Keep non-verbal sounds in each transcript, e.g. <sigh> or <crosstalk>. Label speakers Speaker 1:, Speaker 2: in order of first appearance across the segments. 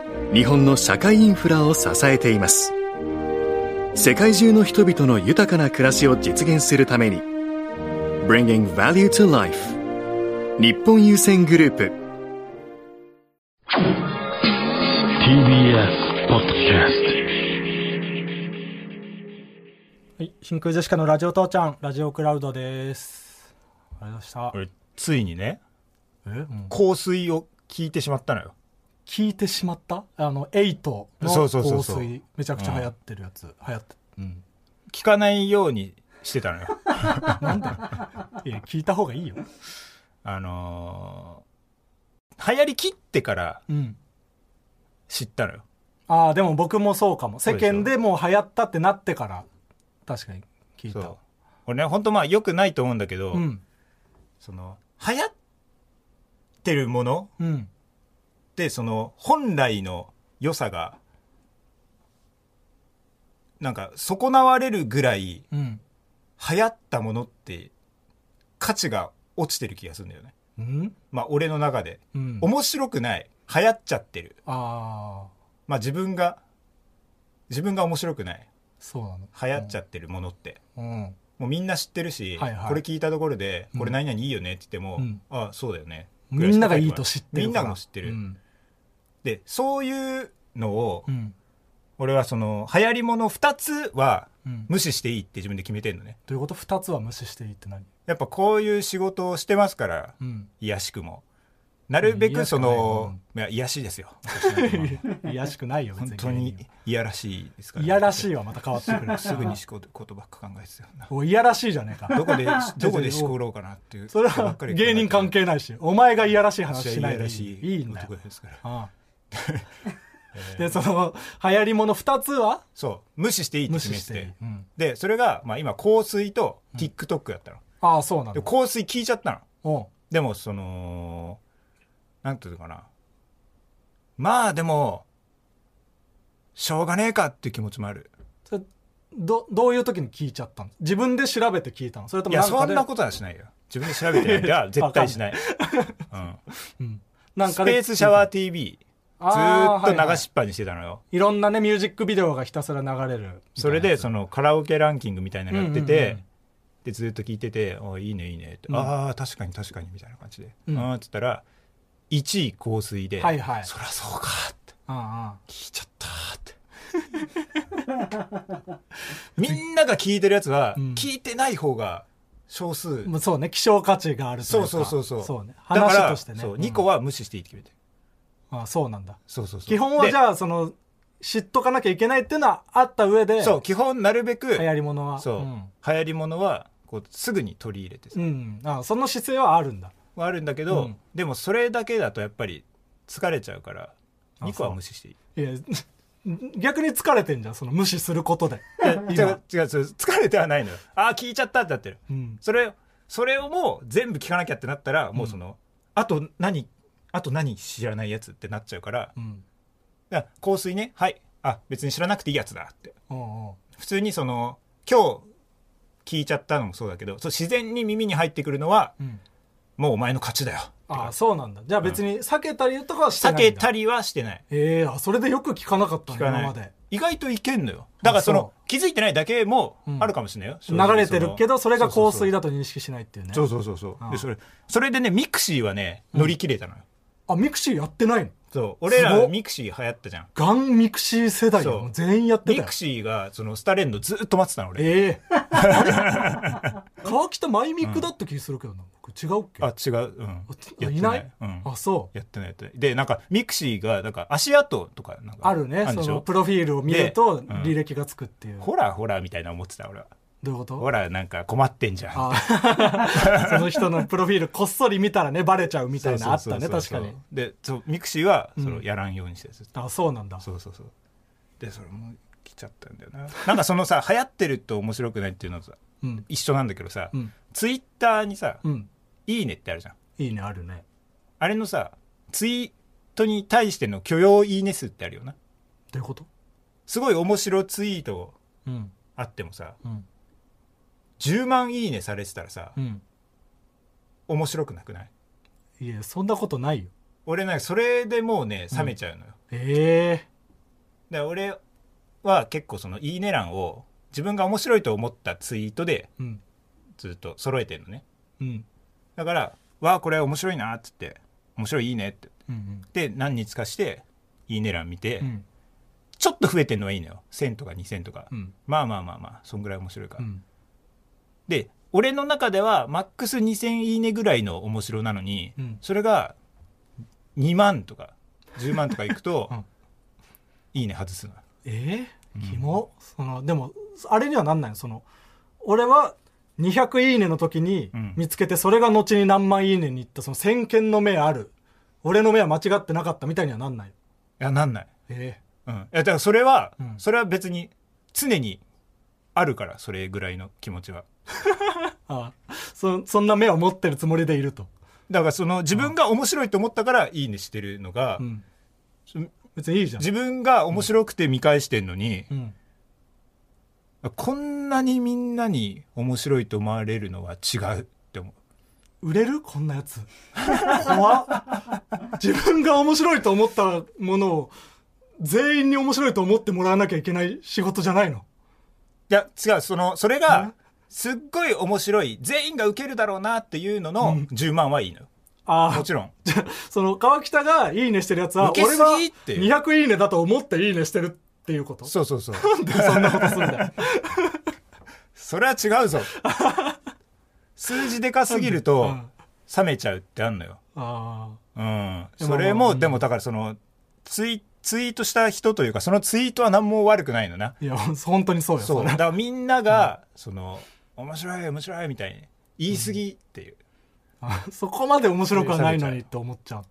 Speaker 1: 日本の社会インフラを支えています。世界中の人々の豊かな暮らしを実現するために、Bringing Value to Life 日本郵船グループ
Speaker 2: TBS ポッドキャス
Speaker 3: はい、真空ジェシカのラジオ父ちゃん、ラジオクラウドです。ありがとうございま
Speaker 4: こ
Speaker 3: し
Speaker 4: れついにね
Speaker 3: た。え、もう
Speaker 4: 香水を聞いてしまったのよ
Speaker 3: 聞いてしまったあの、エイトの
Speaker 4: そ
Speaker 3: 香
Speaker 4: うそうそうそう
Speaker 3: 水、めちゃくちゃ流行ってるやつ。流行って、うん。
Speaker 4: 聞かないようにしてたのよ
Speaker 3: いや、聞いた方がいいよ。
Speaker 4: あのー流行りきってから
Speaker 3: うん。
Speaker 4: 知ったのよ
Speaker 3: ああ、でも僕もそうかも。
Speaker 4: そう
Speaker 3: 世
Speaker 4: でしょ
Speaker 3: 間でもう流行ったってなってから、確かに聞い
Speaker 4: そ
Speaker 3: た
Speaker 4: う
Speaker 3: わ。
Speaker 4: これね本当まあよくないと思うんだけど、
Speaker 3: うん。
Speaker 4: その流行ってるもの
Speaker 3: うん。
Speaker 4: ってその本来の良さがなんか損なわれるぐらい
Speaker 3: うん。
Speaker 4: 流行ったものって価値が落ちてる気がするんだよね
Speaker 3: うん。
Speaker 4: まあ俺の中で、
Speaker 3: うん
Speaker 4: 面白くない流行っちゃってる
Speaker 3: ああ、
Speaker 4: まあ自分が自分が面白くない
Speaker 3: そうなの。
Speaker 4: 流行っちゃってるものって、
Speaker 3: うん。
Speaker 4: もうみんな知ってるし、
Speaker 3: はいはい
Speaker 4: これ聞いたところで、
Speaker 3: うん
Speaker 4: これ何々いいよねって言っても、
Speaker 3: うん
Speaker 4: ああそうだよね
Speaker 3: みんながいいと知ってるから。
Speaker 4: みんなも知ってる、
Speaker 3: うん。
Speaker 4: でそういうのを、
Speaker 3: うん。
Speaker 4: 俺はその流行りもの2つは
Speaker 3: うん
Speaker 4: 無視していいって自分で決めてんのね
Speaker 3: ということ二つは無視していいって何
Speaker 4: やっぱこういう仕事をしてますから
Speaker 3: うん。
Speaker 4: 癒しくもなるべくその、
Speaker 3: うん
Speaker 4: いや癒しいですよ
Speaker 3: <laughs> いやらしくないよ、
Speaker 4: 本
Speaker 3: 別
Speaker 4: 当にいやらしいですから、
Speaker 3: いやらしいはまた変わってくる。
Speaker 4: すぐにしこることばっか考えてたよな
Speaker 3: おいやらしいじゃねえか。
Speaker 4: ど
Speaker 3: <laughs>
Speaker 4: こで、どこでしころうかなっていう。
Speaker 3: それは芸人関係ないし、お前がいやらしい話
Speaker 4: し
Speaker 3: し
Speaker 4: な
Speaker 3: ないい
Speaker 4: ら
Speaker 3: で
Speaker 4: し
Speaker 3: し
Speaker 4: い。
Speaker 3: いいんだよ
Speaker 4: 男。ですから。
Speaker 3: ああで、その、流行り物二つは
Speaker 4: そう。無視していいって
Speaker 3: 無
Speaker 4: 決
Speaker 3: 視
Speaker 4: め
Speaker 3: してていい
Speaker 4: て。。
Speaker 3: うん
Speaker 4: で、それが、まあ今、香水と TikTok だったの。
Speaker 3: ああ、そうなん
Speaker 4: で、
Speaker 3: だ。
Speaker 4: 香水聞いちゃったの。
Speaker 3: おう
Speaker 4: でも、その、なんていうのかな。まあでも、しょうがねえかっていう気持ちもある。
Speaker 3: それど、どういう時に聞いちゃったの自分で調べて聞いたのそれと
Speaker 4: い
Speaker 3: も
Speaker 4: や、
Speaker 3: なん
Speaker 4: そ
Speaker 3: か
Speaker 4: ん
Speaker 3: で
Speaker 4: なことはしないよ。自分で調べてない。いや、絶対
Speaker 3: <laughs>
Speaker 4: しない。うん。
Speaker 3: な
Speaker 4: スペースシャワー TV、ずーっと流し
Speaker 3: い
Speaker 4: っぱにしてたのよ。
Speaker 3: いろんなね、ミュージックビデオがひたすら流れる。
Speaker 4: それでそのカラオケランキングみたいなのやってて、
Speaker 3: うんうんうん
Speaker 4: でずっと聞いてて「あいいねいいね」って「
Speaker 3: うん
Speaker 4: ああ確かに確かに」みたいな感じで「
Speaker 3: うん
Speaker 4: ああ」っつったら1位香水で「
Speaker 3: はいはい
Speaker 4: そりゃそうか」って
Speaker 3: あああ
Speaker 4: 「聞いちゃった」って。みんなが聞いてるやつは、
Speaker 3: うん
Speaker 4: 聞いてない方が少数
Speaker 3: あもうそうね、希少価値があるとい
Speaker 4: そうう
Speaker 3: か。
Speaker 4: そうそうそう
Speaker 3: そうね。
Speaker 4: だから
Speaker 3: 話としてね。
Speaker 4: そう
Speaker 3: うん
Speaker 4: 2個は無視していいって決めてる、
Speaker 3: あそうなんだ。
Speaker 4: そうそうそう
Speaker 3: 基本はじ
Speaker 4: あ
Speaker 3: ゃあ、その、知っとかなきゃいけないっていうのはあった上で、
Speaker 4: そう基本なるべく
Speaker 3: 流行りものは。
Speaker 4: そう、流行りものはこうすぐに取り入れてさ
Speaker 3: うん。うん。あその姿勢はあるんだ。
Speaker 4: はあるんだけ
Speaker 3: う
Speaker 4: ど、
Speaker 3: ん
Speaker 4: でもそれだけだとやっぱり疲れちゃうから
Speaker 3: あ
Speaker 4: 2個は
Speaker 3: そう
Speaker 4: 無視していい
Speaker 3: いや、 <laughs> 逆に疲れてんじゃん、その無視することで。
Speaker 4: いや違う違うそう疲れてはないのよああ聞いちゃったってなってる
Speaker 3: うん。
Speaker 4: それそれをもう全部聞かなきゃってなったらもうその、あと何あと何知らないやつってなっちゃうから
Speaker 3: うん。
Speaker 4: だから香水ねはいあ別に知らなくていいやつだって
Speaker 3: うんうん。
Speaker 4: 普通にその今日聞いちゃったのもそうだけどそう自然に耳に入ってくるのは
Speaker 3: うん。
Speaker 4: もうお前の勝ちだよ
Speaker 3: あそうなんだ。じゃあ別に避けたりとかはして
Speaker 4: 避
Speaker 3: ない
Speaker 4: け
Speaker 3: んだ。
Speaker 4: たりはしてない
Speaker 3: ええあ、それでよく聞かなかったね、
Speaker 4: 聞か
Speaker 3: 今
Speaker 4: な
Speaker 3: ま
Speaker 4: い
Speaker 3: で。
Speaker 4: 意外といけんのよだからそ
Speaker 3: あそ
Speaker 4: の気づいてないだけもあるかもしれないよ、正直
Speaker 3: 流れてるけど、それが香水
Speaker 4: だ
Speaker 3: だと認識しないっていうね。
Speaker 4: そうそうそうそう
Speaker 3: ああ
Speaker 4: でそれそれでねミクシーはね乗り切れたのよ、
Speaker 3: あ、ミクシーやってないの
Speaker 4: そう俺
Speaker 3: す
Speaker 4: ら
Speaker 3: ごっ
Speaker 4: ミクシー流行ったじゃん
Speaker 3: ガンミクシー世代
Speaker 4: そう
Speaker 3: よ。もう全員やってた
Speaker 4: ミ
Speaker 3: よ
Speaker 4: ク。シーがそのスタレンドずっと待ってたの俺
Speaker 3: ええ川北マイミクだった気するけどな。僕違うっけ
Speaker 4: あ違ううん
Speaker 3: あ
Speaker 4: やって
Speaker 3: いない
Speaker 4: うん、
Speaker 3: あ、そう。
Speaker 4: やってないやってないでなんかミクシーがなんか足跡とかなんか
Speaker 3: あるね。
Speaker 4: ん
Speaker 3: そ
Speaker 4: でし
Speaker 3: の
Speaker 4: ょ
Speaker 3: プロフィールを見る
Speaker 4: で
Speaker 3: と
Speaker 4: うん
Speaker 3: 履歴がつくっていう。
Speaker 4: ホラーホラーみたいな思ってた俺は
Speaker 3: どういうこと
Speaker 4: ほらなんか困ってんじゃん
Speaker 3: あー <laughs> その人のプロフィールこっそり見たらねバレちゃうみたいなあっ
Speaker 4: そ
Speaker 3: た
Speaker 4: うそ
Speaker 3: ね
Speaker 4: うそう
Speaker 3: 確
Speaker 4: そ
Speaker 3: か
Speaker 4: う
Speaker 3: に
Speaker 4: でそうミクシーはそれ
Speaker 3: う
Speaker 4: を
Speaker 3: ん
Speaker 4: やらんようにしてる、
Speaker 3: あそうなんだ
Speaker 4: そうそうそうでそれも来ちゃったんだよな <laughs> なんかそのさ流行ってると面白くないっていうのとさ
Speaker 3: うん
Speaker 4: 一緒なんだけどさ、
Speaker 3: うん
Speaker 4: ツイッターにさ「
Speaker 3: うん
Speaker 4: いいね」ってあるじゃん
Speaker 3: いいねあるね
Speaker 4: あれのさツイートに対しての許容いいね数ってあるよな
Speaker 3: どういうこと
Speaker 4: すごい面白ツイート
Speaker 3: うん
Speaker 4: あってもさ
Speaker 3: うん
Speaker 4: 10万いいねされてたらさ
Speaker 3: うん
Speaker 4: 面白くなくない
Speaker 3: いやそんなことないよ
Speaker 4: 俺なんかそれでもうね冷めちゃうのよ、
Speaker 3: ええ
Speaker 4: で俺は結構その「いいね」欄を自分が面白いと思ったツイートで
Speaker 3: うん
Speaker 4: ずっと揃えてんのね
Speaker 3: うん
Speaker 4: だから「わあこれ面白いな」っつって「面白いいいね」って
Speaker 3: うん
Speaker 4: で何日かして「いいね」欄見て、
Speaker 3: うん
Speaker 4: ちょっと増えてんのはいいのよ1000とか2000とか、
Speaker 3: うん
Speaker 4: まあまあまあまあそんぐらい面白いから、
Speaker 3: うん
Speaker 4: で俺の中ではマックス2000いいねぐらいの面白なのに、
Speaker 3: うん
Speaker 4: それが2万とか10万とかいく
Speaker 3: <laughs>
Speaker 4: と、
Speaker 3: うん
Speaker 4: いいね外すの
Speaker 3: ええキモそのでもあれにはなんないのその俺は200いいねの時に
Speaker 4: うん
Speaker 3: 見つけてそれが後に何万いいねにいったその先見の目ある俺の目は間違ってなかったみたいにはなんない
Speaker 4: いやなんない
Speaker 3: ええ
Speaker 4: うん、いやだからそれは、
Speaker 3: うん
Speaker 4: それは別に常にあるからそれぐらいの気持ちは
Speaker 3: ああそそんな目を持ってるつもりでいると、
Speaker 4: だからその自分が面白いと思ったからいいねしてるのが、
Speaker 3: うん
Speaker 4: そ
Speaker 3: 別にいいじゃん、
Speaker 4: 自分が面白くて見返してんのに、
Speaker 3: うん、
Speaker 4: こんなにみんなに面白いと思われるのは違うって思う
Speaker 3: 売れるこんなやつ怖っ自分が面白いと思ったものを全員に面白いと思ってもらわなきゃいけない仕事じゃないの
Speaker 4: いや違うそのそれがすっごい面白い全員が受けるだろうなっていうのの10万はいいのよ
Speaker 3: あ
Speaker 4: もちろん
Speaker 3: じゃあその川北がいいねしてるやつは
Speaker 4: 受け
Speaker 3: 俺
Speaker 4: すぎ
Speaker 3: は
Speaker 4: って
Speaker 3: 200いいねだと思っていいねしてるっていうこと
Speaker 4: そうそうそう
Speaker 3: なんでそんなことするんだ
Speaker 4: <laughs>
Speaker 3: よ
Speaker 4: それは違う <laughs> ぞ数字でかすぎる
Speaker 3: う
Speaker 4: と
Speaker 3: ん
Speaker 4: 冷めちゃうってあんのよ
Speaker 3: あ
Speaker 4: うん、
Speaker 3: でも
Speaker 4: それ
Speaker 3: まあま
Speaker 4: も、
Speaker 3: あ
Speaker 4: でもだからそのツイツイートした人というかそのツイートは何も悪くないのな
Speaker 3: あいや本当にそうよ
Speaker 4: そう
Speaker 3: れ
Speaker 4: だからみんなが、その面白い面白いみたいに言い過ぎっていう、
Speaker 3: あそこまで面白くはないのにって思っちゃう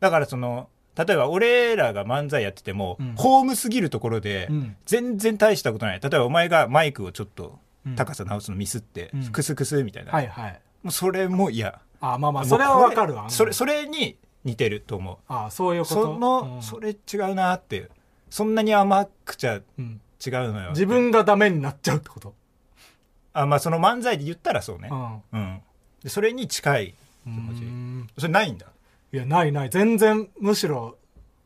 Speaker 4: だからその例えば俺らが漫才やってても、
Speaker 3: うん
Speaker 4: ホームすぎるところで、
Speaker 3: うん
Speaker 4: 全然大したことない例えばお前がマイクをちょっと
Speaker 3: うん
Speaker 4: 高さ直すのミスって、
Speaker 3: うん
Speaker 4: クスクスみたいな、
Speaker 3: はいはい
Speaker 4: もうそれも嫌
Speaker 3: あまあまあ
Speaker 4: もう
Speaker 3: それはわかる
Speaker 4: こ
Speaker 3: わ
Speaker 4: れそれそれに似てると思う
Speaker 3: あそういうこと
Speaker 4: その、
Speaker 3: うん
Speaker 4: それ違うなっていうそんなに甘くちゃ
Speaker 3: うん
Speaker 4: 違うのよ
Speaker 3: 自分がダメになっちゃうってこと
Speaker 4: あまあその漫才で言ったらそうね
Speaker 3: うん
Speaker 4: うん、でそれに近い持ちいいそれないんだ
Speaker 3: いやないない全然むしろ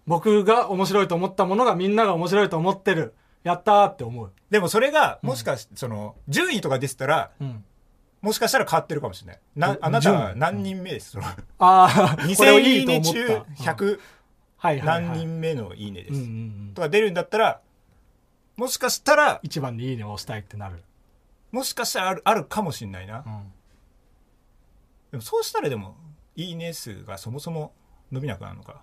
Speaker 3: 僕が面白いと思ったものがみんなが面白いと思ってるやったーって思う
Speaker 4: でもそれがもしかし、その順位とか出てたら
Speaker 3: うん
Speaker 4: もしかしたら変わってるかもしれないな
Speaker 3: ど
Speaker 4: あなた
Speaker 3: 順
Speaker 4: は
Speaker 3: 位
Speaker 4: 何人目です、その
Speaker 3: ああこれを
Speaker 4: 2000
Speaker 3: い
Speaker 4: い
Speaker 3: い
Speaker 4: い
Speaker 3: と
Speaker 4: ね
Speaker 3: 思っ
Speaker 4: 中
Speaker 3: たうん
Speaker 4: 100
Speaker 3: はいはい
Speaker 4: 何
Speaker 3: はい
Speaker 4: 人目のいいねです、
Speaker 3: うんうんうん
Speaker 4: とか出るんだったらもしかしたら
Speaker 3: 一番にいいねを押したいってなる
Speaker 4: もしかしたらあるあるかもしれないな、
Speaker 3: うん
Speaker 4: でもそうしたらでもいいね数がそもそも伸びなくなるのか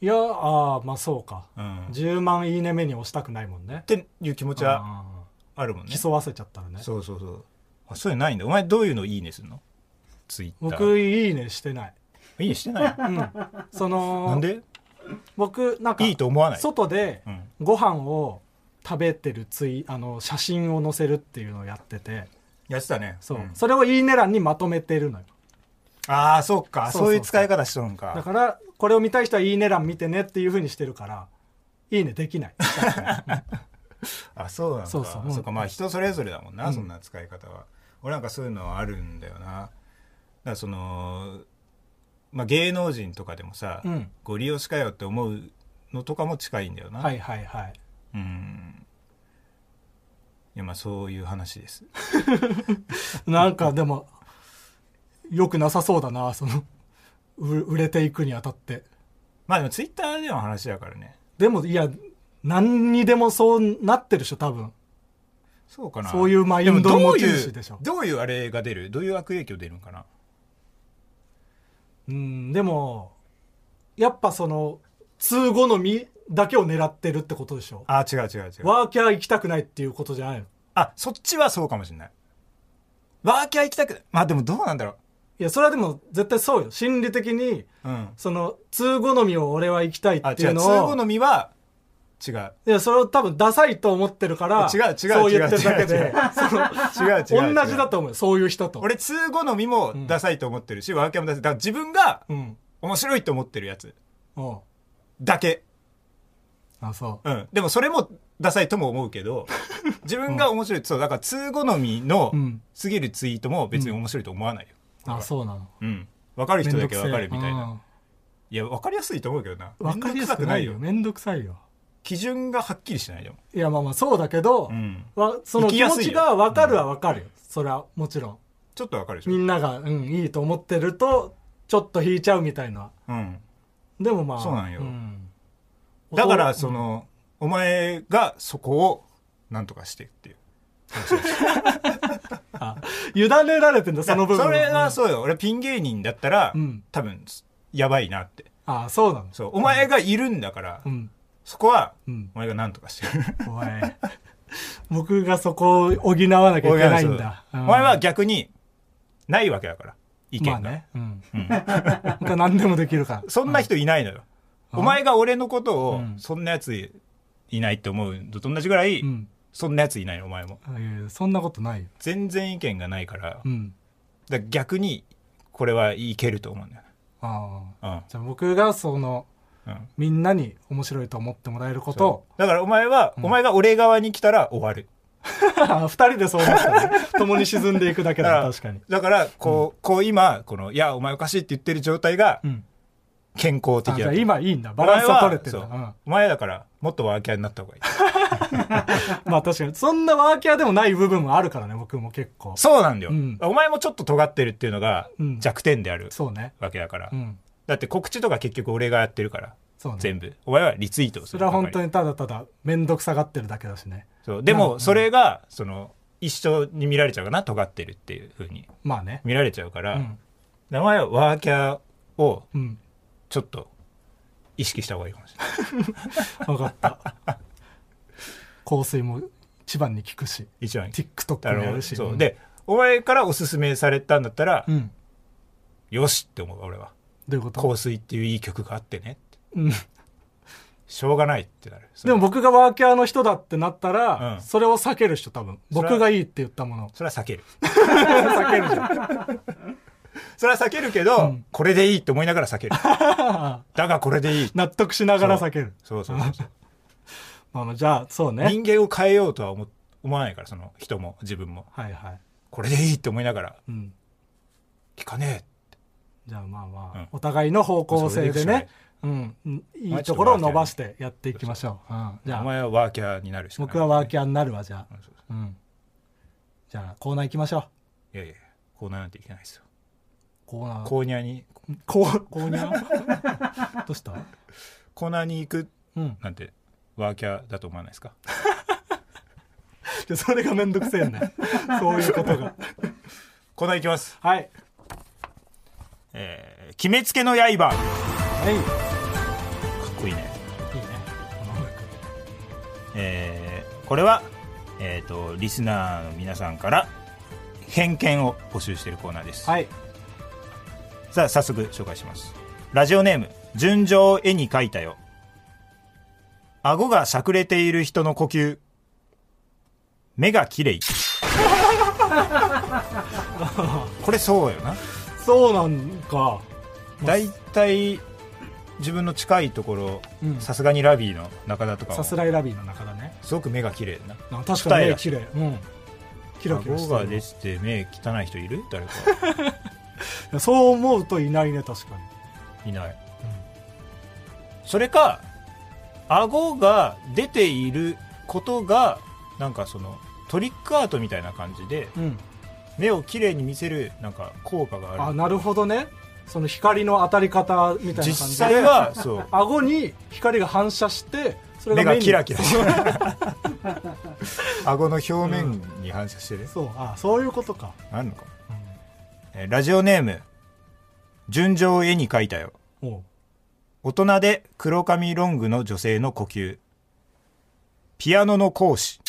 Speaker 3: いやあーまあそうか
Speaker 4: うんっ
Speaker 3: 10万いいね目に押したくないもんね
Speaker 4: ていう気持ち
Speaker 3: うん
Speaker 4: は
Speaker 3: うんうん
Speaker 4: あるもんね
Speaker 3: 競わせちゃったらね
Speaker 4: そうそうそうあそういうのないんだお前どういうのいいねするのツイッター
Speaker 3: 僕いいねしてない
Speaker 4: いいねしてない
Speaker 3: その
Speaker 4: なんで
Speaker 3: 僕なんか
Speaker 4: いいと思わない
Speaker 3: 外で
Speaker 4: うん
Speaker 3: ご飯を食べてるついあの写真を載せるっていうのをやってて
Speaker 4: やってたね
Speaker 3: そう、
Speaker 4: ん
Speaker 3: それを「いいね欄」にまとめてるのよ
Speaker 4: ああそうか
Speaker 3: そ
Speaker 4: そ
Speaker 3: そう
Speaker 4: うう
Speaker 3: そう
Speaker 4: いう使い方しとるん
Speaker 3: だ
Speaker 4: か
Speaker 3: からこれを見たい人は「いいね欄」見てねっていうふうにしてるから「いいね」でき
Speaker 4: <laughs>
Speaker 3: ない
Speaker 4: あそうなんだ
Speaker 3: そうそうもう
Speaker 4: かまあ人それぞれだもんな、
Speaker 3: うん
Speaker 4: そんな使い方は俺なんかそういうのはあるんだよなだからそのまあ芸能人とかでもさ、
Speaker 3: うん
Speaker 4: ご利用しかよって思うのとかも近いんだよな、
Speaker 3: はいはいはい
Speaker 4: うんいやまあそういう話です
Speaker 3: なんかでもよくなさそうだなそのう売れていくにあたって
Speaker 4: まあでもツイッターでの話だからね
Speaker 3: でもいや何にでもそうなってるでしょ多分
Speaker 4: そうかな
Speaker 3: そういうマインドの持ち主でしょ
Speaker 4: もどういうどういうあれが出るどういう悪影響出るんかな
Speaker 3: うんでもやっぱその通好みだけを狙ってるってことでしょ
Speaker 4: あ違う違う違う
Speaker 3: ワーキャー行きたくないっていうことじゃないの
Speaker 4: あ、そっちはそうかもしれない。ワーキャー行きたくない。まあでもどうなんだろ
Speaker 3: いや、それはでも絶対そうよ。心理的に、
Speaker 4: う。うん。
Speaker 3: その、通好みを俺は行きたいっ
Speaker 4: あ、
Speaker 3: て
Speaker 4: 違
Speaker 3: いう
Speaker 4: う。
Speaker 3: の
Speaker 4: 通
Speaker 3: を。
Speaker 4: 好みは、違う。
Speaker 3: いや、それを多分ダサいと思ってるから、
Speaker 4: 違う違う
Speaker 3: そう言ってるだけ
Speaker 4: 違う違
Speaker 3: で、
Speaker 4: 違う違う
Speaker 3: <laughs> そ
Speaker 4: 違う
Speaker 3: の同じだと思うよ、そういう人と。
Speaker 4: 俺、通好みもダサいと思ってるし、ワーキャーもダサい。だから自分が
Speaker 3: うん。
Speaker 4: 面白いと思ってるやつ
Speaker 3: おう
Speaker 4: だけ。
Speaker 3: あ、そう。
Speaker 4: うん。でもそれもダサいとも思う
Speaker 3: <laughs>
Speaker 4: けど、自分が面白い。そう、だから通好みの
Speaker 3: うん
Speaker 4: すぎるツイートも別に面白いと思わないよ。
Speaker 3: あ、そうなの。
Speaker 4: うん。わかる人だけわかるみた
Speaker 3: めん
Speaker 4: い
Speaker 3: ど
Speaker 4: な。
Speaker 3: く
Speaker 4: いや、わかりやすいと思うけどな。
Speaker 3: せえ。わかりやすくないよ。めんどくさいよ。
Speaker 4: 基準がはっきりしないでも。
Speaker 3: いや、まあまあ、そうだけど、
Speaker 4: うん。
Speaker 3: わその
Speaker 4: 生き
Speaker 3: 気
Speaker 4: や
Speaker 3: 持
Speaker 4: すいよ
Speaker 3: ちがわかるはわかるよ。それは、もちろん。
Speaker 4: ちょっとわかるでし
Speaker 3: み
Speaker 4: ょ。
Speaker 3: んなが、うん、いいと思ってると、ちょっと引いちゃうみたいな。
Speaker 4: うん。
Speaker 3: でもまあ。
Speaker 4: そうなんよ
Speaker 3: ん
Speaker 4: だから、そ、の、お前がそこをなんとかしてっていう。
Speaker 3: うんあ委ねられてんだ、その部分は。
Speaker 4: それは
Speaker 3: うん
Speaker 4: そうよ。俺ピン芸人だったら
Speaker 3: うん、
Speaker 4: 多分、やばいなって。
Speaker 3: あ、そうなの。
Speaker 4: そう。お前がいるんだから
Speaker 3: う、ん。
Speaker 4: そこは
Speaker 3: うん、
Speaker 4: お前がなんとかしてる。
Speaker 3: おい。僕がそこを補わなきゃいけないんだ。
Speaker 4: お
Speaker 3: うん
Speaker 4: 前は、逆に、ないわけだから、意見
Speaker 3: ま
Speaker 4: が。
Speaker 3: あね。うん。 <laughs> 僕は何でもできるから。
Speaker 4: そんな人いないのよ。
Speaker 3: うん
Speaker 4: お前が俺のことを
Speaker 3: う、ん
Speaker 4: そんなやついないって思うのと同じぐらい、
Speaker 3: うん。
Speaker 4: そんなやついないの、お前も。
Speaker 3: いやいやそんなことないよ。
Speaker 4: 全然意見がないから、
Speaker 3: うん。
Speaker 4: だから逆に、これはいけると思うんだよ
Speaker 3: ああ。
Speaker 4: ね。
Speaker 3: じゃあ僕がその、
Speaker 4: うん。うん。
Speaker 3: みんなに面白いと思ってもらえること
Speaker 4: そ
Speaker 3: を、
Speaker 4: うだからお前は、お前が俺側に来たら終わる。
Speaker 3: <laughs> 二人でそう思ったね。共に沈んでいくだけ
Speaker 4: だか
Speaker 3: だ、
Speaker 4: ら
Speaker 3: 確かに。
Speaker 4: だから、こう、こう今、この、いや、お前おかしいって言ってる状態が
Speaker 3: うん。
Speaker 4: 健康
Speaker 3: あ
Speaker 4: 的
Speaker 3: じ
Speaker 4: だ
Speaker 3: ゃあ
Speaker 4: と。
Speaker 3: 今いいんだ。バランスは取れてるん
Speaker 4: お
Speaker 3: だ。
Speaker 4: 前
Speaker 3: う
Speaker 4: は
Speaker 3: ん
Speaker 4: そうお前だから、もっとワーキャーになった方がいい。
Speaker 3: まあ確かに、そんなワーキャーでもない部分もあるからね、僕も結構。
Speaker 4: そうなんだよ、
Speaker 3: うん
Speaker 4: お前もちょっと尖ってるっていうのが
Speaker 3: うん
Speaker 4: 弱点である
Speaker 3: そうね。
Speaker 4: わけだから、
Speaker 3: うん。
Speaker 4: だって告知とか結局俺がやってるから
Speaker 3: そうね。
Speaker 4: 全部お前はリツイートをす
Speaker 3: そ
Speaker 4: る
Speaker 3: れは本当
Speaker 4: に
Speaker 3: にただただ面倒くさがってるだけだしね
Speaker 4: そうでもそれがその一緒に見られちゃうかな尖ってるっていうふうに
Speaker 3: まあね
Speaker 4: 見られちゃうから、
Speaker 3: うん
Speaker 4: 名前はワーキャーを
Speaker 3: うん
Speaker 4: ちょっと意識した方がいいかもしれない
Speaker 3: <laughs> 分かった香水も一番に効くし
Speaker 4: 一番
Speaker 3: TikTok もやるし
Speaker 4: そう、
Speaker 3: うん
Speaker 4: でお前からおすすめされたんだったら、
Speaker 3: うん
Speaker 4: よしって思う俺は
Speaker 3: どういうこと
Speaker 4: 香水っていういい曲があってねって
Speaker 3: うん
Speaker 4: しょうがないってなるそ
Speaker 3: で
Speaker 4: れ
Speaker 3: も僕がワーキャーの人だってなった
Speaker 4: うん
Speaker 3: らそれを避ける人多分
Speaker 4: それは
Speaker 3: 僕がいいって言ったものを
Speaker 4: それは避ける
Speaker 3: 避けるじゃん
Speaker 4: それは避けるけど、
Speaker 3: うん
Speaker 4: これでいいって思いながら避ける。だがこれでいい。
Speaker 3: 納得しながら避ける
Speaker 4: そうそうそうそう。
Speaker 3: まあまあじゃあそう <laughs> ね
Speaker 4: 人間を変えようとは思思わないから、その人も自分も。
Speaker 3: はいはい
Speaker 4: これでいいって思いながら、
Speaker 3: うん
Speaker 4: 聞かね
Speaker 3: じゃあまあま
Speaker 4: うん
Speaker 3: あお互いの方向性でねうんいいところを伸ばしてやっていきましょううん
Speaker 4: え。
Speaker 3: じゃ
Speaker 4: お
Speaker 3: あ
Speaker 4: 前はワーキャーになるしかない
Speaker 3: 僕はワーキャーになるわじゃあ
Speaker 4: うんそうそう
Speaker 3: うんじゃあコーナー行きましょう
Speaker 4: いやいや、こうならなんていけないですよ。
Speaker 3: コーナー
Speaker 4: コーニャに、
Speaker 3: こうこうにゃ
Speaker 4: <laughs>
Speaker 3: どうした
Speaker 4: コーナーに行く
Speaker 3: うん
Speaker 4: なんて、ワーキャーだと思わないですか。
Speaker 3: じゃあそれがめんどくせえんだよそういうことが
Speaker 4: <laughs> コーナー行きます。
Speaker 3: はい
Speaker 4: えー、決めつけの刃。か
Speaker 3: はいいいね
Speaker 4: っこいいね。
Speaker 3: この音楽
Speaker 4: えーこれは、えー、とリスナーの皆さんから偏見を募集しているコーナーです、
Speaker 3: はい
Speaker 4: さあ早速紹介しますラジオネーム「純情を絵に描いたよ」顎がしゃくれている人の呼吸目が
Speaker 3: <laughs>
Speaker 4: 綺麗これそうよな
Speaker 3: そうなんか
Speaker 4: 大体自分の近いところ
Speaker 3: うん
Speaker 4: さすがにラビーの中田とか
Speaker 3: さ
Speaker 4: は
Speaker 3: す
Speaker 4: す
Speaker 3: らいラビーの中だね
Speaker 4: ごく目が綺麗だな
Speaker 3: なんか確かに
Speaker 4: 二重
Speaker 3: ね
Speaker 4: だ
Speaker 3: 綺麗うんキラキラ
Speaker 4: 顎
Speaker 3: して
Speaker 4: が
Speaker 3: る
Speaker 4: 出
Speaker 3: い
Speaker 4: てて目汚い人いる
Speaker 3: <laughs>
Speaker 4: 誰か
Speaker 3: やそう思うといないね確かに
Speaker 4: いない、それか顎が出ていることがなんかそのトリックアートみたいな感じで
Speaker 3: うん
Speaker 4: 目を綺麗に見せるなんか効果があ
Speaker 3: あ
Speaker 4: る
Speaker 3: なるほどねその光の当たり方みたいな感じで
Speaker 4: 実際
Speaker 3: <laughs>
Speaker 4: はそう
Speaker 3: 顎に光が反射してそれが
Speaker 4: 目が
Speaker 3: に
Speaker 4: キラキラし
Speaker 3: <laughs>
Speaker 4: てる顎の表面に反射してる、
Speaker 3: そうあそういうことか
Speaker 4: あるのかも、えーラジオネーム「純情を絵に描いたよ」
Speaker 3: おう
Speaker 4: 大人で黒髪ロングの女性の呼吸ピアノの講師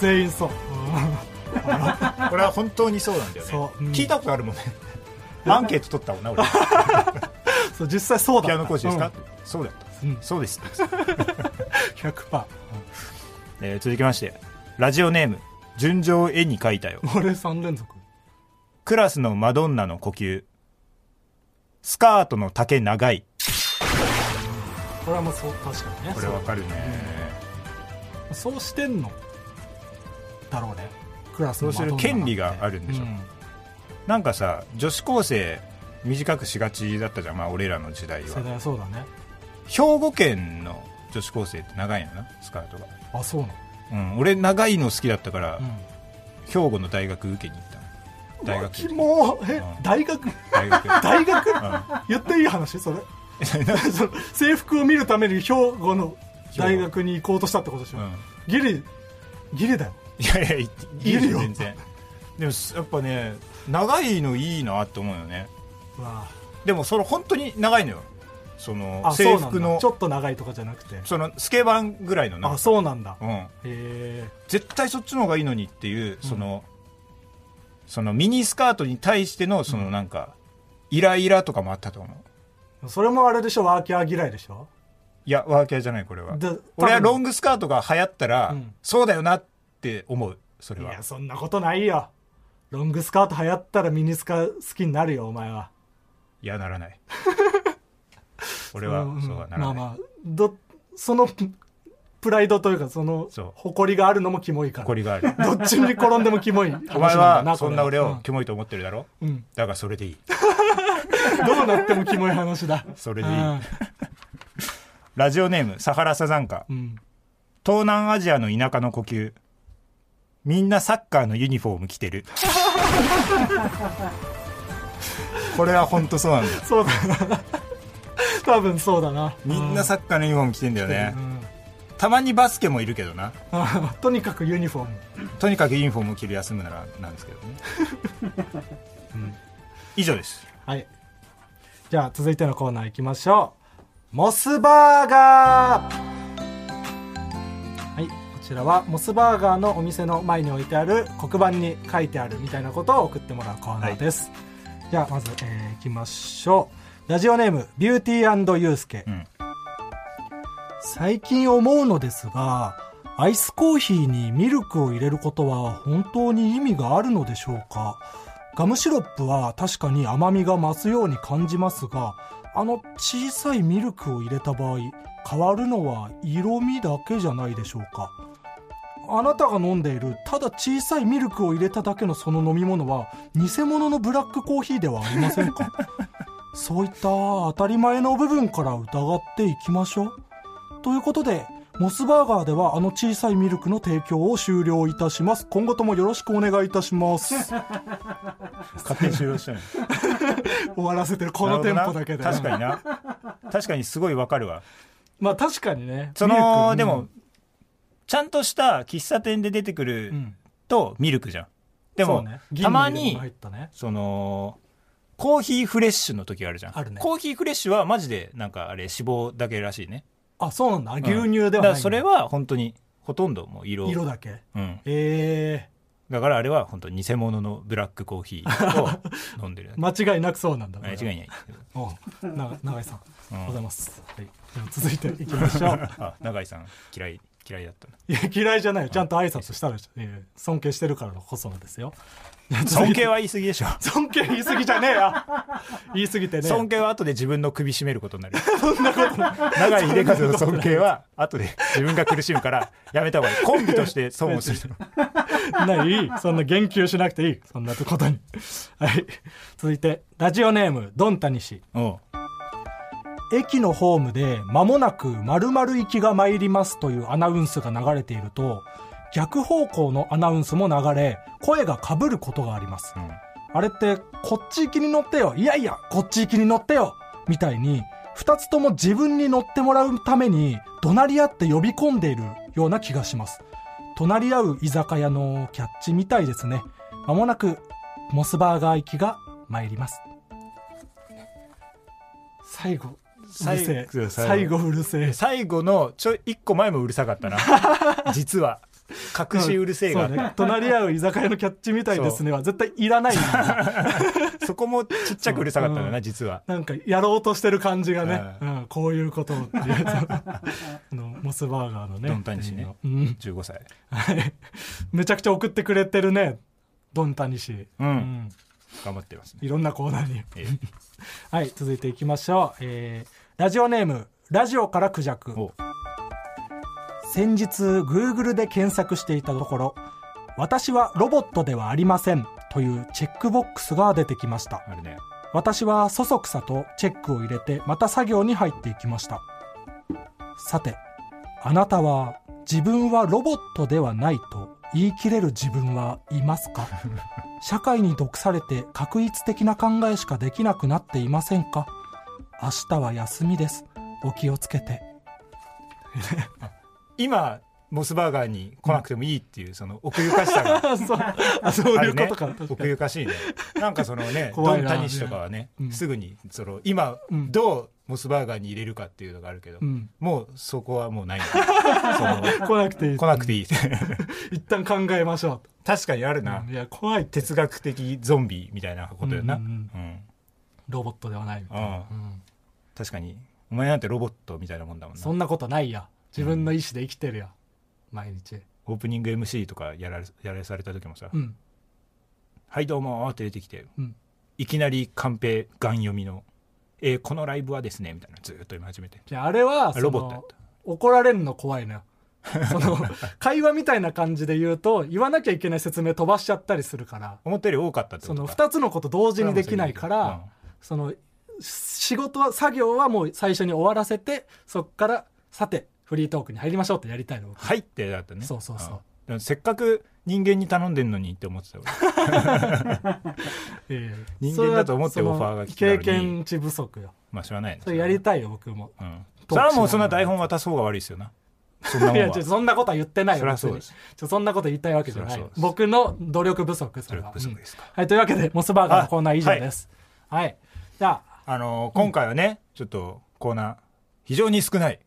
Speaker 3: 全員そう、
Speaker 4: これは本当にそうなんだよね
Speaker 3: そううん
Speaker 4: 聞いたことあるもんね
Speaker 3: <laughs>
Speaker 4: アンケート取ったもんな俺
Speaker 3: うんそう実際そうだ
Speaker 4: <laughs> ピアノ講師ですか、そうだった
Speaker 3: うん、うん、
Speaker 4: そうです、
Speaker 3: 100%
Speaker 4: えー続きましてラジオネーム純情を絵に描いたよ
Speaker 3: 俺3連続
Speaker 4: クラスのマドンナの呼吸スカートの丈長い
Speaker 3: これはもうそう確かにね
Speaker 4: これわかるね
Speaker 3: そうそうしてんのだろうねクラス
Speaker 4: そう
Speaker 3: の
Speaker 4: する
Speaker 3: マドンナなんて
Speaker 4: 権利があるんでしょ
Speaker 3: うん
Speaker 4: なんかさ女子高生短くしがちだったじゃんまあ俺らの時代
Speaker 3: 世
Speaker 4: は
Speaker 3: 代そうだね
Speaker 4: 兵庫県の女子高生って長いのなスカートが、
Speaker 3: あそうなの
Speaker 4: うん、俺長いの好きだったから、
Speaker 3: うん
Speaker 4: 兵庫の大学受けに行ったの大
Speaker 3: うわ
Speaker 4: 学
Speaker 3: キモーえ
Speaker 4: うん
Speaker 3: 大学
Speaker 4: 大学
Speaker 3: 大学
Speaker 4: <laughs> う
Speaker 3: 言っていい話それ <laughs> その制服を見るために兵庫の大学に行こうとしたってことでしょ、
Speaker 4: んうん
Speaker 3: ギリギリだよ
Speaker 4: いやいやいいい
Speaker 3: いるよ
Speaker 4: よ全然でもすやっぱね長いのいいなって思うよね
Speaker 3: うわ
Speaker 4: でもそれ本当に長いのよその
Speaker 3: あ
Speaker 4: 制
Speaker 3: そうな
Speaker 4: 服
Speaker 3: んだ
Speaker 4: の
Speaker 3: ちょっと長いとかじゃなくて
Speaker 4: そのスケバンぐらいのな
Speaker 3: あそうなんだ
Speaker 4: う、ん、
Speaker 3: へ
Speaker 4: 絶対そっちの方がいいのにっていうその、そのミニスカートに対してのそのなんか、イライラとかもあったと思う
Speaker 3: えそれもあれでしょワーキャー嫌いでしょ
Speaker 4: いやワーキャーじゃないこれは
Speaker 3: で
Speaker 4: 俺は
Speaker 3: 多分
Speaker 4: ロングスカートが流行ったら、
Speaker 3: うん
Speaker 4: そうだよなって思うそれ
Speaker 3: い
Speaker 4: は
Speaker 3: やそんなことないよロングスカート流行ったらミニスカ好きになるよお前はい
Speaker 4: やならない
Speaker 3: <laughs>
Speaker 4: 俺は
Speaker 3: うん
Speaker 4: そうはならない、
Speaker 3: まあまあどそのプライドというかその
Speaker 4: そう
Speaker 3: 誇りがあるのもキモいから
Speaker 4: 誇りがある
Speaker 3: どっちに転んでもキモい
Speaker 4: お
Speaker 3: お
Speaker 4: 前はそんな俺をキモいと思ってるだろ、
Speaker 3: うん
Speaker 4: だからそれでいい
Speaker 3: どうなってもキモい話だ
Speaker 4: それでいいラジオネームサハラサザンカ
Speaker 3: うん
Speaker 4: 東南アジアの田舎の呼吸みんなサッカーのユニフォーム着
Speaker 3: <laughs>
Speaker 4: てるこれは本当そうなんだよ
Speaker 3: そうだな多分そうだな
Speaker 4: みんなサッカーのユニフォーム着てんだよね
Speaker 3: うん
Speaker 4: たまにバスケもいるけどな
Speaker 3: あ <laughs> とにかくユニフォーム
Speaker 4: とにかくユニフォームを着る休むならなんですけどね、
Speaker 3: <laughs>
Speaker 4: うん以上です
Speaker 3: はいじゃあ続いてのコーナー行きましょうモスバーガーはいこちらはモスバーガーのお店の前に置いてある黒板に書いてあるみたいなことを送ってもらうコーナーです、じゃあまず、えー、いきましょうラジオネームビューティーユースケ
Speaker 4: うん
Speaker 3: 最近思うのですがアイスコーヒーにミルクを入れることは本当に意味があるのでしょうかガムシロップは確かに甘みが増すように感じますがあの小さいミルクを入れた場合変わるのは色味だけじゃないでしょうかあなたが飲んでいるただ小さいミルクを入れただけのその飲み物は偽物のブラックコーヒーではありませんかそういった当たり前の部分から疑っていきましょうということでモスバーガーではあの小さいミルクの提供を終了いたします今後ともよろしくお願いいたします
Speaker 4: 勝手に終了したの <laughs> に
Speaker 3: 終わらせてるこのテンポだけで
Speaker 4: なるほどな確かにな確かにすごいわかるわ
Speaker 3: まあ確かにね
Speaker 4: そ
Speaker 3: ミルクう
Speaker 4: の
Speaker 3: ん
Speaker 4: でもちゃんとした喫茶店で出てくる
Speaker 3: うん
Speaker 4: とミルクじゃんで
Speaker 3: そ
Speaker 4: も、
Speaker 3: うね
Speaker 4: たま
Speaker 3: 銀の入れ物
Speaker 4: に
Speaker 3: 入ったね
Speaker 4: そのコーヒーフレッシュの時あるじゃん
Speaker 3: あるね
Speaker 4: コーヒーフレッシュはマジでなんかあれ脂肪だけらしいね
Speaker 3: あそうなんだ牛
Speaker 4: うん
Speaker 3: 乳ではないんだ
Speaker 4: だからそれは本当にほとんどもう色
Speaker 3: 色だけ
Speaker 4: うん、
Speaker 3: え
Speaker 4: だからあれは本当に偽物のブラックコーヒーを飲んでる <laughs>
Speaker 3: ー間違いなくそうなんだ
Speaker 4: 間違いないんだけど
Speaker 3: おうな長井さん、
Speaker 4: うん
Speaker 3: おはようございます、はい、では続いていき
Speaker 4: <laughs>
Speaker 3: ましょう
Speaker 4: あ永井さん嫌い嫌いだ <laughs> ったない
Speaker 3: や嫌いじゃないよちゃんと挨拶したら、えー尊敬してるからこそのですよ
Speaker 4: 尊敬は言い過ぎで <laughs> しょ
Speaker 3: 尊敬言い過ぎじゃねえよ言い過ぎてね
Speaker 4: 尊敬は後で自分の首絞めることになる <laughs> そんなこと永井秀和の尊敬は後で自分が苦しむ <laughs> からやめた方がいいコンビとして損をする
Speaker 3: ないそんな言及しなくていいそんなことにはい続いてラジオネームドンタニシ
Speaker 4: <laughs> お
Speaker 3: 駅のホームで間もなく〇〇行きが参りますというアナウンスが流れていると逆方向のアナウンスも流れ声が被ることがあります
Speaker 4: う、うん、
Speaker 3: あれってこっち行きに乗ってよいやいやこっち行きに乗ってよみたいに2つとも自分に乗ってもらうために怒鳴り合って呼び込んでいるような気がします隣り合う居酒屋のキャッチみたいですねまもなくモスバーガー行きが参ります最後うるせえ
Speaker 4: 最後
Speaker 3: 最後うるせえ
Speaker 4: <laughs> 最後のちょ一個前もうるさかったな実は隠しうるせえがあ
Speaker 3: そ
Speaker 4: っ
Speaker 3: う
Speaker 4: て、
Speaker 3: ね。隣り合う居酒屋のキャッチみたいですねは絶対いら
Speaker 4: <laughs>
Speaker 3: ないんだよね。
Speaker 4: そこもちっちゃくうるさかったんだな、実は。
Speaker 3: なんかやろうとしてる感じがね、うん、こういうことをっていう <laughs> あのモスバーガーのね
Speaker 4: ドンタニシね
Speaker 3: 店員のうん
Speaker 4: 15歳。
Speaker 3: はいめちゃくちゃ送ってくれてるねドンタニシ
Speaker 4: うん
Speaker 3: うん
Speaker 4: 頑張ってますね。
Speaker 3: いろんなコーナーに
Speaker 4: え
Speaker 3: <laughs> はい続いていきましょう、えーラジオネームラジオからクジャク
Speaker 4: お
Speaker 3: 先日 Google で検索していたところ「私はロボットではありません」というチェックボックスが出てきました
Speaker 4: あるね。
Speaker 3: 私はそそくさとチェックを入れてまた作業に入っていきましたさてあなたは自分はロボットではないと言い切れる自分はいます <laughs> か社会に毒されて確一的な考えしかできなくなっていませんか明日は休みですお気をつけて
Speaker 4: 今、モスバーガーに来なくてもいいっていう、その奥ゆかしさが。
Speaker 3: あ
Speaker 4: <laughs>
Speaker 3: そうあそう <laughs> いうことか
Speaker 4: あるね
Speaker 3: 確か
Speaker 4: 奥
Speaker 3: に
Speaker 4: ゆかしいね。なんかそのね、
Speaker 3: <laughs>
Speaker 4: ド
Speaker 3: 怖い
Speaker 4: ン
Speaker 3: な
Speaker 4: タニシとかはね、
Speaker 3: うん
Speaker 4: すぐに、その、今、
Speaker 3: うん
Speaker 4: どうモスバーガーに入れるかっていうのがあるけど、
Speaker 3: うん
Speaker 4: もうそこはもうない。
Speaker 3: <laughs>
Speaker 4: その
Speaker 3: 来なくていい
Speaker 4: 来なくていい。 <laughs>
Speaker 3: 一旦考えましょ
Speaker 4: 確かにある
Speaker 3: う、
Speaker 4: な
Speaker 3: うん。いや怖いって
Speaker 4: 哲学的ゾンビみたいなことよな。う
Speaker 3: うんうんん。ロボットではないみたいな
Speaker 4: ああ
Speaker 3: うん
Speaker 4: 確かに。お前なんてロボットみたいなもんだもんな
Speaker 3: そ。んなことないや。自分の意思で生きてるや。毎日。
Speaker 4: オープニング MC とかやられやられされた時もさ、
Speaker 3: うん。
Speaker 4: はいどうもーって出てきて、
Speaker 3: うん
Speaker 4: いきなりカンペガン読みの、えーこのライブはですねみたいなのずーっと今始めて
Speaker 3: じゃあ、あれは、その
Speaker 4: ロボットやった
Speaker 3: 怒られるの怖いのよ。その、 <laughs> 会話みたいな感じで言うと、言わなきゃいけない説明飛ばしちゃったりするから、
Speaker 4: 思ったより多かったって
Speaker 3: そ
Speaker 4: こと
Speaker 3: の
Speaker 4: か
Speaker 3: 二つのこと同時にできないか
Speaker 4: うん
Speaker 3: ら、その、仕事は、作業はもう最初に終わらせて、そっから、さて、フリートークに入りましょうってやりたいの。
Speaker 4: はいってだったね
Speaker 3: そうそうそうん
Speaker 4: でもせっかく人間に頼んでんのにって思って
Speaker 3: <laughs>
Speaker 4: た
Speaker 3: え
Speaker 4: 俺
Speaker 3: え
Speaker 4: 人間だと思ってオファーが来たの
Speaker 3: 経
Speaker 4: に
Speaker 3: 験値不足よ。
Speaker 4: まあ知らないね
Speaker 3: それやりたいよ、僕も。
Speaker 4: うん
Speaker 3: ト
Speaker 4: そ
Speaker 3: ークしながら
Speaker 4: れはもうそんな台本渡す方が悪いですよなそんなもん
Speaker 3: いや、
Speaker 4: は
Speaker 3: ちょそんなことは言ってないよ。
Speaker 4: そりゃそう
Speaker 3: 別に
Speaker 4: です
Speaker 3: ちょそんなこと言いたいわけじゃ
Speaker 4: そ
Speaker 3: な
Speaker 4: り
Speaker 3: い
Speaker 4: ゃそう。です
Speaker 3: 僕の努力不足、そ
Speaker 4: 努
Speaker 3: れは
Speaker 4: 力。不足ですか
Speaker 3: うんはい、というわけで、モスバーガーのコーナー以上です。はい。じゃあ、
Speaker 4: あのー今回はねちょっとコーナー非常に少ない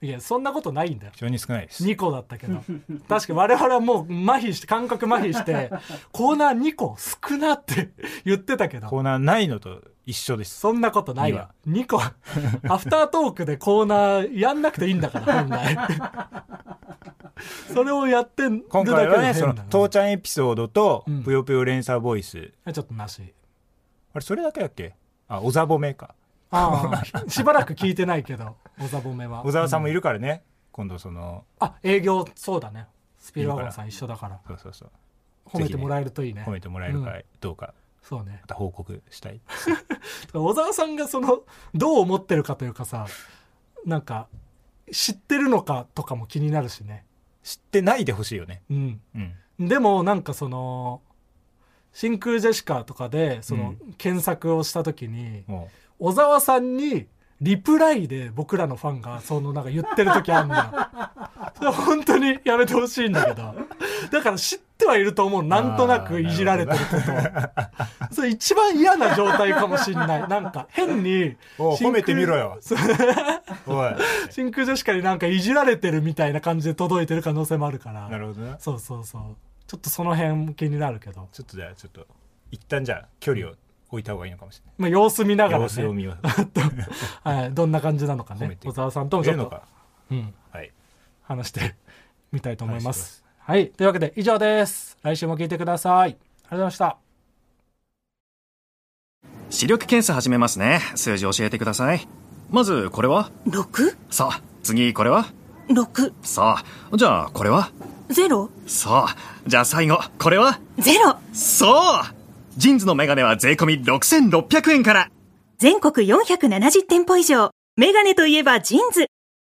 Speaker 3: いや、そんなことないんだよ。
Speaker 4: 非常に少ないです
Speaker 3: 2個だったけど。確かに我々はもう麻痺して、感覚麻痺
Speaker 4: <laughs>
Speaker 3: して、コーナー2個少なって <laughs> 言ってたけ
Speaker 4: コ
Speaker 3: ど、
Speaker 4: ーナーないのと一緒です
Speaker 3: そんなことないわ。2個。アフタートークでコーナーやんなくていいんだ
Speaker 4: <laughs>
Speaker 3: から、本来。それをやってるだ
Speaker 4: 今
Speaker 3: け
Speaker 4: 回はね、
Speaker 3: で
Speaker 4: そ
Speaker 3: 変
Speaker 4: の、
Speaker 3: だな。
Speaker 4: 父ちゃんエピソードと
Speaker 3: うん、
Speaker 4: ぷよぷよ連鎖ボイ
Speaker 3: ち
Speaker 4: ス。
Speaker 3: ょっとなし。
Speaker 4: あれ、それだけだっけあ、小沢褒めか。
Speaker 3: ああ、 <laughs> しばらく聞いてないけど、小沢褒めは。
Speaker 4: 小沢さんもい
Speaker 3: る、
Speaker 4: るからね。今度その、
Speaker 3: あ、営業、そうだね。スピルワゴンさん一緒だから、
Speaker 4: そうそうそう。
Speaker 3: 褒めてもらえるといいね。
Speaker 4: 褒めてもらえるか
Speaker 3: うん
Speaker 4: どうか、
Speaker 3: そうね
Speaker 4: ま。た報告したい。
Speaker 3: 小沢さんがその、どう思ってるかというかさ、なんか、知ってるのかとかも気になるしね。
Speaker 4: 知ってないでほしいよね。
Speaker 3: うん。
Speaker 4: うん。
Speaker 3: でも、なんかその、真空ジェシカとかで、その、検索をした時に、
Speaker 4: も
Speaker 3: 小沢さんにリプライで僕らのファンがそのなんか言ってる時あんだよそれ本当にやめてほしいんだけどだから知ってはいると思うなんとなくいじられてることそれ一番嫌な状態かもしんないなんか変に
Speaker 4: おう
Speaker 3: 真空
Speaker 4: 褒めてみろよ
Speaker 3: そう
Speaker 4: う、おい。 <laughs>
Speaker 3: 真空ジェシカになんかいじられてるみたいな感じで届いてる可能性もあるから
Speaker 4: なるほどな。ち
Speaker 3: そうそうそうちょっとその辺も気になるけど、
Speaker 4: ょっとじゃあ、ちょっと、一旦じゃあ、距離を置いた方がいいのかもしれ
Speaker 3: まあ、様子見なが
Speaker 4: ない。
Speaker 3: ら、ね
Speaker 4: 様
Speaker 3: <laughs>
Speaker 4: 子を見よう。
Speaker 3: はい、どんな感じなのか
Speaker 4: 褒め
Speaker 3: ね
Speaker 4: て
Speaker 3: 小沢さんとも
Speaker 4: 出
Speaker 3: ちょ
Speaker 4: る
Speaker 3: っ
Speaker 4: の
Speaker 3: と
Speaker 4: か。
Speaker 3: うん
Speaker 4: はい。
Speaker 3: 話してみたいと思いま
Speaker 4: 話して
Speaker 3: す。はい。というわけで以上です。来週も聞いてください。ありがとうございました。
Speaker 1: 視力検査始めますね数字教えてくださいまずこれは
Speaker 5: 6?6?
Speaker 1: さあ次これはさあじゃあこれは
Speaker 5: ゼロ
Speaker 1: さあじゃあ最後これは
Speaker 5: ゼロ
Speaker 1: そうジーンズのメガネは税込6600円から
Speaker 5: 全国470店舗以上。メガネといえばジーンズ。